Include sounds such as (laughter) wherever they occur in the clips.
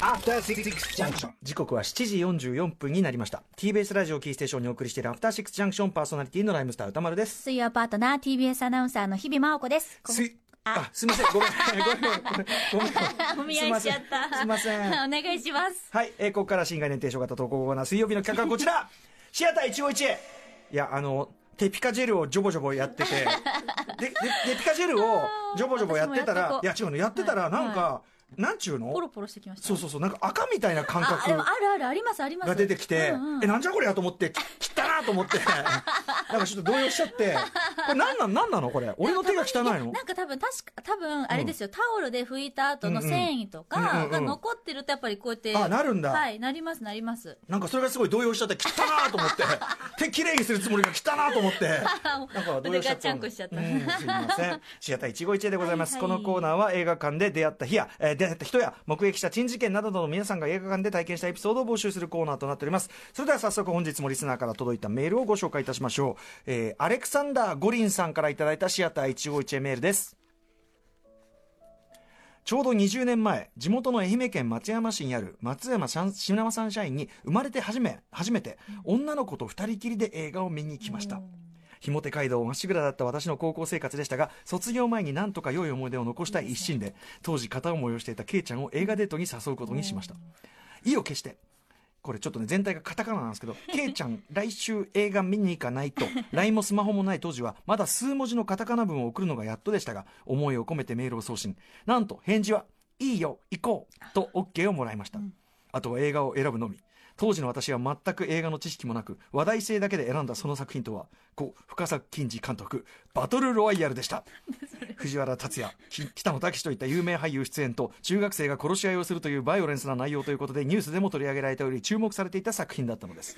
After Six Junction. 時刻は7時44分になりました TBS ラジオキーステーションにお送りしているアフターシックスジャンクションパーソナリティのライムスター歌丸です水曜パートナー TBS アナウンサーの日々真央子です。こすいあすいませんごめんごめんごめん (laughs) お見合いしちゃった。すいません (laughs) お願いします。はい、えーここから新概念提唱型投稿コーナー水曜日の企画はこち (laughs) らシアター一期一会いやあのテピカジェルをジョボジョボやっててででテピカジェルをジョボジョボやってたら私もいや違うのややっってたらはいなんか、なんちゅうのポロポロしてきました。そうそうそうなんか赤みたいな感あ、でもあ覚るあるありますあります。が出てきて、うんうんえなんじゃこりゃと思 (laughs) ってき汚なと思ってなんかちょっと動揺しちゃってこれなんなんなんなのこれ俺の手が汚いのなんか多分、確か、多分、あれですよ、タオルで拭いた後の繊維とうんうんうんうんかうんが残ってると、やっぱりこうやって。あなるんだはい、なります、なります。なんかそれがすごい動揺しちゃって汚なと思って (laughs) 手きれいにするつもりが汚なと思って。あなんか動腕揺がちゃんこしちゃった。うんすみません。シアター一期一会でございます。はいはいこのコーナーは映画館で出会った日や、えー出会った人や、目撃した珍事件などの皆さんが映画館で体験したエピソードを募集するコーナーとなっております。それでは早速本日もリスナーから届いたメールをご紹介いたしましょう。えーアレクサンダー・ゴリンさんからいただいたシアター一期一会メールです。ちょうど20年前、地元の愛媛県松山市にある松山シャンシナマサンシャインに生まれて初め、初めて女の子と二人きりで映画を見に来ました。ひもて街道まっしぐらだった私の高校生活でしたが、卒業前になんとか良い思い出を残したい一心で、当時片思いをしていたケイちゃんを映画デートに誘うことにしました。意を決して、これちょっとね全体がカタカナなんですけど (laughs) 「ケイちゃん来週映画見に行かないと」LINE (laughs) もスマホもない当時はまだ数文字のカタカナ文を送るのがやっとでしたが思いを込めてメールを送信なんと返事は「いいよ行こう」と OK をもらいました、あとは映画を選ぶのみ当時の私は全く映画の知識もなく話題性だけで選んだその作品とはこう深作欣二監督「バトルロワイヤル」でした藤原竜也き北野武といった有名俳優出演と中学生が殺し合いをするというバイオレンスな内容ということでニュースでも取り上げられたより注目されていた作品だったのです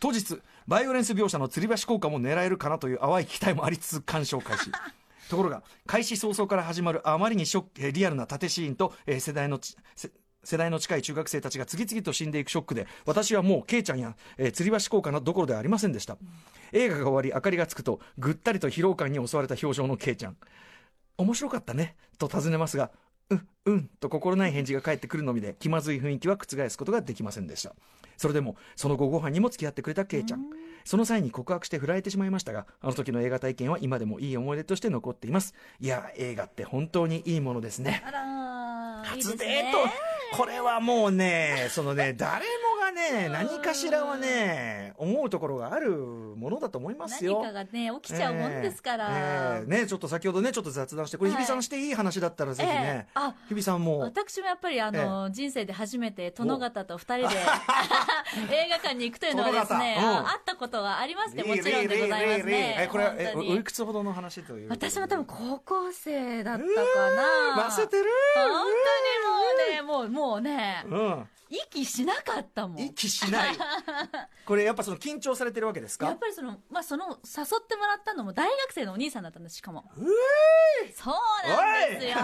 当日バイオレンス描写の吊り橋効果も狙えるかなという淡い期待もありつつ鑑賞開始ところが開始早々から始まるあまりにショックえーリアルな縦シーンと、えー世代のちせ世代の近い中学生たちが次々と死んでいくショックで私はもうケイちゃんや、えー吊り橋効果などころではありませんでした、映画が終わり明かりがつくとぐったりと疲労感に襲われた表情のケイちゃん面白かったねと尋ねますが、うん、うんと心ない返事が返ってくるのみで気まずい雰囲気は覆すことができませんでした。それでも、その後ご飯にも付き合ってくれたケイちゃん。その際に告白して振られてしまいましたが、あの時の映画体験は今でもいい思い出として残っています。いや、映画って本当にいいものですね。あらー、いいで初すデねート、これはもうね、そのね、誰もがね、何かしらはね、思うところがあるものだと思いますよ。何かがね、起きちゃうもんですから。ええええね、ちょっと先ほどね、ちょっと雑談して、これ、は日い比さんしていい話だったらぜひねええ、あ日比さんも、私もやっぱりあの、人生で初めて殿方と (laughs) 二人で (laughs) 映画館に行くというのはですね、殿方あうん会ったことはありましてもレイちろんでございまレイレイレイすレイね。えこれは、え、本お当おにいくつほどの話ということで私も多分高校生だったうかーな。ん忘れてる本当にもうね、もう、もうね、うん。息しなかったもん。息しない。これ、やっぱその緊張されてるわけですやかっぱりその、まあ、その、誘ってもらったのも大学生のお兄さんだったんです、しかも。そうなんですよ。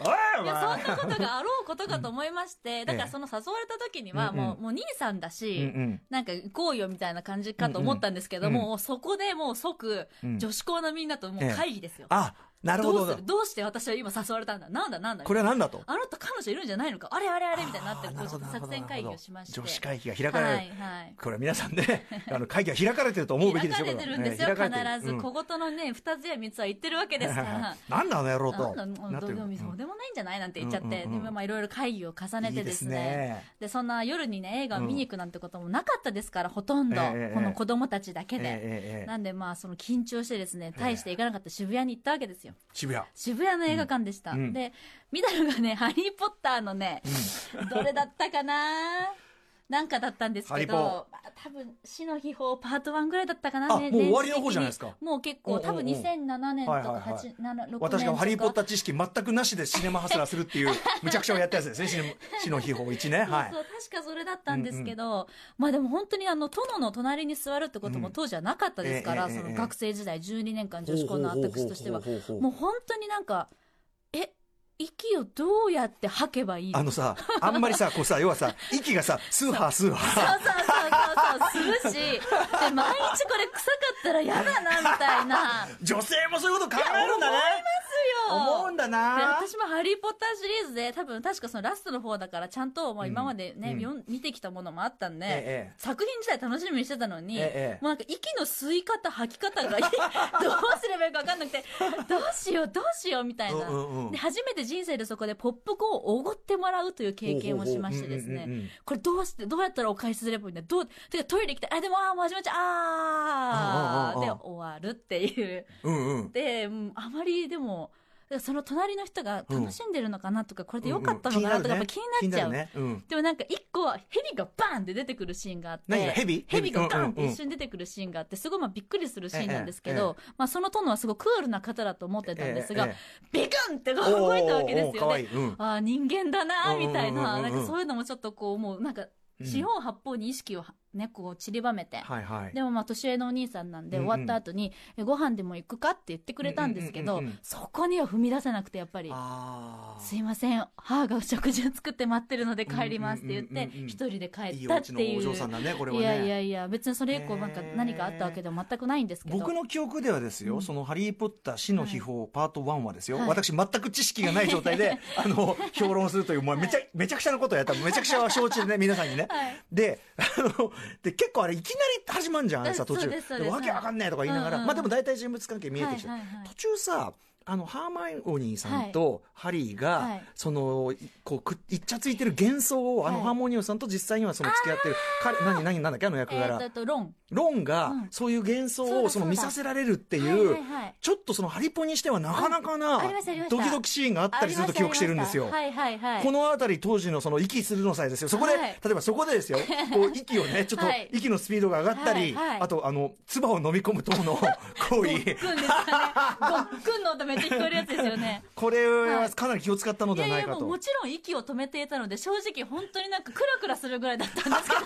おいお (laughs) いやそん前なことがあろうことかと思いまして、だからその誘われた時にうんは、うんもう、もう兄さんだうんうし、ん。なんか行こうよみたいな感じかと思ったんですけどうんうんも、そこでもう即う、ん女子校のみんなともう会議ですよ。あ、なるほどうどする。どうして私は今誘われたんだなんだなんだこれは何だと。あなた彼女いるんじゃないのかあれあれあれみたいになって、あーこなうるちほょっどと作戦会議をしまして。女子会議が開かはれいる。はい。これは皆さんね、 (laughs) あの、会議が開かれてると思うべき開ですかよ、れこてれはるんですよ、ね開かれてる必ず。うん小言のね、二つや三つは言ってるわけです (laughs) から。なんだあの野郎と。なんだなってどうるでもそうでもないんじゃないなんて言っちゃって、うんうんうんでまあいろいろ会議を重ねいいてでですすねね。でそんな夜にね映画を見に行くなんてこともなかったですから、ほとんど、ええええこの子供たちだえけえで、ええええなんでまあその緊張してですね大して行かなかった渋谷に行ったわけですよ渋谷。渋谷の映画館でした、うんうんでみだるがね「ハリー・ポッター」のね、どれだったかななんかだったんですハけリポど、まあ、多分死の秘宝パート1ぐらいだったかなあもう終わりの方じゃないですか年始的にもう結おうお構う多分2007年とはいはいかはい8 7 6年とか私がハリー・ポッター知識全くなしでシネマハスラーするっていう、 (laughs) むちゃくちゃをやったやつですね、死の死の秘宝1ね。はいそう。そう確かそれだったんですけど、まあでも本当にあの殿の隣に座るってことも当時はなかったですから、うんええええそええの学生時代12年間女子校の私としてはほうほうほうほうほうもう本当になんかえ息をどうやって吐けばいいのあのさ、あんまりさ、こうさ、要はさ、息がさ、スーハースーそうハそうそうそうするしで毎日これ臭かったら嫌だなみたいなー。女性もそういうこと考えるんだね。そう思うんだでな私も「ハリー・ポッター」シリーズで多分確かそのラストの方だからちゃんと、まあ、うん今までね、うんよん見てきたものもあったんで、ええ作品自体楽しみにしてたのに、ええもうなんか息の吸い方吐き方が (laughs) どうすればいいか分かんなくてどうしようどうしようみたいな、うんうんうんで初めて人生でそこでポップコーンをおごってもらうという経験をしましてですね、うんうんうんうんこれどうして、どうやったらお返しすればいいんだどう、てかトイレ行きたい。あ、でも、あー、もう始まっちゃう。あーあーあーあーで、終わるっていう。うんうんで、うんあまりでも、その隣の人が楽しんでるのかなとか、これで良かったのかなとか、やっぱ気になっちゃう。ねうんでもなんか一個、ヘビがバーンって出てくるシーンがあって。何が蛇蛇がガンっうてんうんうん一瞬出てくるシーンがあって、すごいまあびっくりするシーンなんですけええど、まあその殿はすごいクールな方だと思ってたんですが、えええビクンってえ動いたわけですおーおーおーかよわねい。いうんああ、人間だなうんうーんうんうんみたいな、なんかそういうのもちょっとこう、もうなんか、うん四方八方に意識をはね、こう散りばめて。はいはいでもまあ、年上のお兄さんなんで、うんうん終わった後に、えご飯でも行くかって言ってくれたんですけうどんうんうんうん、そこには踏み出せなくて、やっぱり。あーすいません、母が食事を作って待ってるので帰りますって言っうんうんてうんうん、一人で帰いっいたおっ家のていおう。嬢さんだねこれはいやいねやいや、別にそれ以降なんか何かあったわけでは全くないんですけど。僕の記憶ではですよ、うんその「ハリー・ポッター死の秘宝」パート1はですよ、はい私全く知識がない状態であの評論するという、まあ、めちゃめちゃくちゃなことをやっためちゃくちゃは承知でね皆さんにねはい。で (laughs) あので結構あれいきなり始まんじゃんあれさうん途そう中ですそうですわけわかんないとか言いながら、うんうんまあでも大体人物関係見えてきちゃう、はいはいはい途中さあのハーマイオニーさんとハリーが、はいそのいこうくいっちゃついてる幻想をあのはいハーモニオンさんと実際にはその付き合ってる彼何何なんだっけあの役えー柄、とえっと、ロン。ロンがうんそういう幻そう想をだそのそう見ださせられるってはいいはういはい。ちょっとそのハリポンにしてはなかなかあなありましたありましたドキドキシーンがあったりすると記憶してるんですよ。はいはいはい。このあたり当時のその息するの際ですよ。そこで、はい例えばそこでですよ、こ (laughs) う息をね、ちょっとはい息のスピードが上がったり、はいはいあとあの、唾を飲み込む等 (laughs) の行ごっくん為で。すかね。ごっくんの音めっちゃ聞こえるやつですよ (laughs) ね。これはかなり気を使ったのいでやはいないかや、もうと。もちろん息を止めていたので、正直本当になんかクラクラするぐらいだったんですけ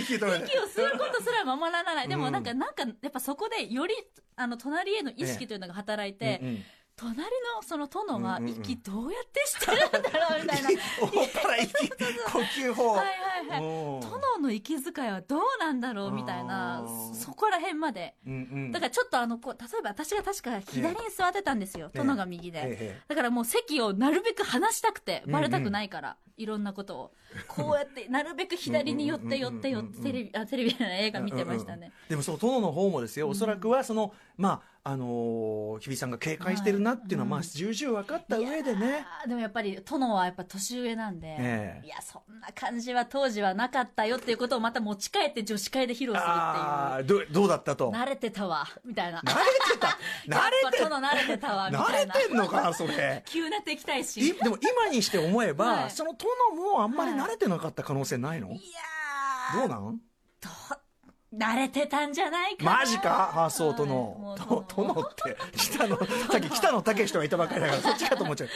息止めど、て。息を吸うことすらままならない。でうもんなんか、なんか、やっぱそこでより、あの、隣への意識というのが働いて、うんうん隣のその殿はうんうんうん息どうやってしてるんだろうみたい (laughs) な。はい思ったら息、呼吸法。 (laughs) はいはい。うん殿の息遣いはどうなんだろうみたいなあ、ーそこら辺まで。うんうんだからちょっとあの、こう、例えば私が確か左に座ってたんですよ。ええ殿が右で。ええええだからもう席をなるべく離したくて、うんバレたくないから、いろんなことを。こうやって、なるべく左に寄っうんうんてうん寄うっんうんて寄って、テレビ、あ、テレビじゃない映画見てましうんうたんうねん。でもその殿の方もですよ、おそらくはそのまああのー日比さんが警戒してるなっていうのは、まあはい重々分かった上でね、あーでもやっぱり、殿はやっぱ年上なんで、ええいや、そんな感じは当時はなかったよっていうことをまた持ち帰って女子会で披露するってあいあどうどうだったとう。慣れ慣れてたわ、み (laughs) たいな。てた慣れやてっぱ殿慣れてたわ、みたいな。慣れてんのかなそ (laughs) れ急な敵対心。いでも今にして思えば、はいその殿もあんまり慣れてなかった可能性ないの、いやーどうなんど慣れてたんじゃないかなマジかあそうはいも殿うと殿殿って北 (laughs) 野さっき北野武人がいたばっかりだからそっちかと思っちゃう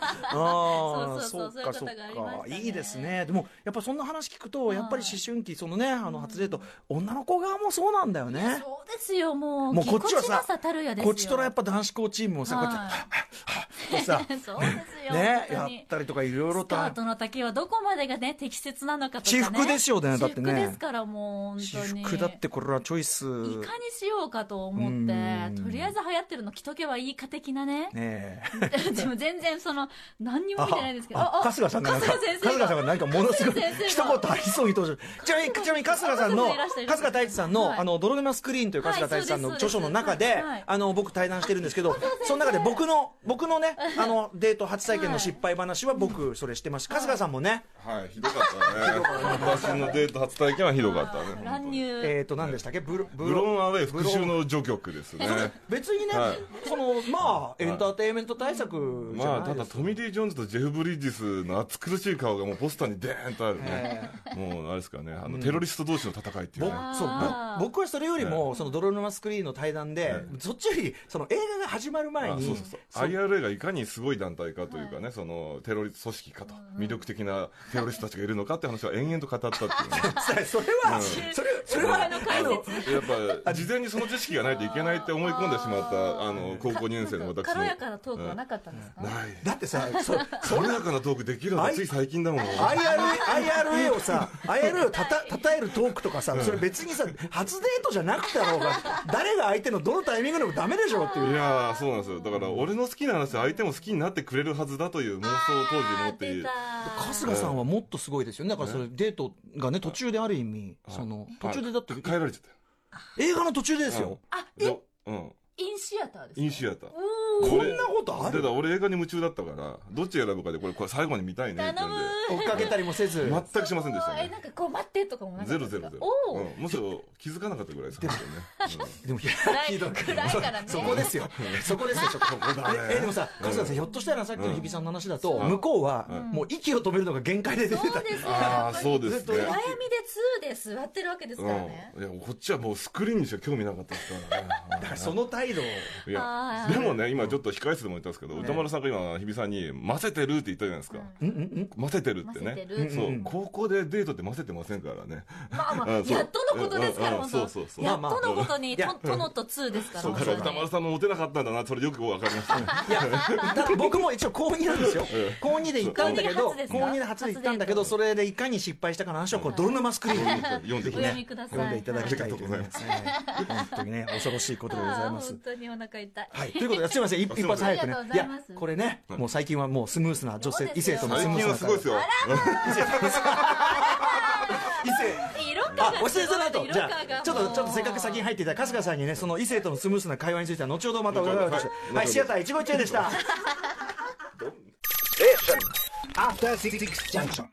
ああそうそうそうそういうことがありましたねいいですねでもやっぱそんな話聞くとやっぱり思春期そのねあの初デート女の子側もそうなんだよねそうですよもうもうこっちはぎこさちなたるやですよこっちとらやっぱ男子校チームもさこうやはってこうさ (laughs) い、そうです (laughs) よ、ね本やっ当にたりとかいろいろスとカートの丈はどこまでがね適切なのかとか、ね、私服ですよねだってね私服ですからもう本当私に服だってこれはチョイスいかにしようかと思うっんてとりあえず流行ってるの着とけばいいか的なねねえ (laughs) でも全然その何にも見てないですけどああ春日さんがなんか春日先生春が日さんがなんかものすごい春日先一生が言ありそうに登場ちなみにちなみに春日さんの春日さんいらっしゃいま春す日太一さんの、はいあの泥沼スクリーンという春日太一さんのはいそうで著す書の中で、そうですはいあの僕対談してるんですけどその中で僕の僕のねあのデート初体験の失敗話は僕それしてますし春日さんもねはい、ひどかったね。私のデート初体験はひどかったね。本当に (laughs) 乱入、えっ、と何でしたっけブロブロンアウェイ復讐ブロンの序曲ですね。別にね、はいそのまあエンターテインメント対策じまゃあ、ないたでだすトミー・リー・ジョーンズとジェフ・ブリッジスの暑苦しい顔がもうポスターにデーンとあるね。もう、あれですかね、あの、テロリスト同士の戦いっていうね。僕そうあーぼ僕はそれよりも、その泥沼スクリーンの対談で、そっちよりその映画が始まる前あそにうそうそう IRA がいかにすごい団体かというかね、そのテロリスト組織かと、魅力的なテロリストたちがいるのかって話を延々と語ったっていうね、それは、うんそれそれは回の解説やっぱ事前にその知識がないといけないって思い込んでしまったあの高校2年生の私も軽やかなトークはなかったんですか、ないだってさそそ軽やかなトークできるのがつい最近だもん IRA, IRA をさ IRA をたたたたえるトークとかさそれ別にさ初デートじゃなくてだろうが誰が相手のどのタイミングでもダメでしょっていういやーそうなんですよだから俺の好きな話は相手も好きになってくれるはずだという妄想を当時持っている春日さんはもっとすごいですよねだからそれデートがね途中である意味その途中でだって帰られちゃったよ映画の途中でですよあでえうんインシアターですインシアターおーこんなことあだかるら俺映画に夢中だったからどっち選ぶかでこれこれ最後に見たいねって頼言うむんで追っかけたりもせず全くしませんでしたえねなんかこう待ってとかもなかゼったでロすゼロかゼロおお、うんむしろ気づかなかったぐらいですよね、でも暗い暗いからね (laughs) そこですよそこですよちょっとええでもさ春日さんひょっとしたらさっきの日比さんの話だとうん向こうはうんもう息を止めるのが限界で出てそたうですよあや (laughs) あっぱそうりです暗ね闇で2で座ってるわけですからね、うん、いやこっちはもうスクリーンにしか興味なかったですからねだからその態度をいやあーでもね今ちょっと控え室でも言ったんですけど、ね歌丸さんが今日比さんに「混ぜてる」って言ったじゃないですか、うんうんうん混ぜてるって混ぜてねるそう、うんうん高校でデートって混ぜてませんからねまあまあ、うんそうやっとのことですから、うんうん本当そうそうそうまやあっまあとのことに、いやと殿と2ですから、そう本だか当らに歌丸さんもモテなかったんだなそれよく分かりましたねいやだって僕も一応高2なんですよえ高2で行ったんだけど高二で初で高2で初ですか行ったんだけどそれでいかに失敗したかの話をこの泥沼スクリーンに読んぜでひくおださ読ねいみください。読んでいただきたいと思いますね本当にね恐ろしいことでございまあーす本当にお腹痛い。はい、ということで、すみません、一あすい一ま発せん早くねあり。がいとうやございます、これね、もう最近はもうスムースな女 (laughs) そう性、ですよ異性とのス最ムース近なはすごいですよ異性。色川あが、お世話じゃないと、色じゃ川があ、ちょっと、ちょっとせっかく先に入っていただいた春日さんにね、その異性とのスムースな会話については、後ほどまた伺うとして後ほ。どはい、シアター一期一会でした。 After Six Junction.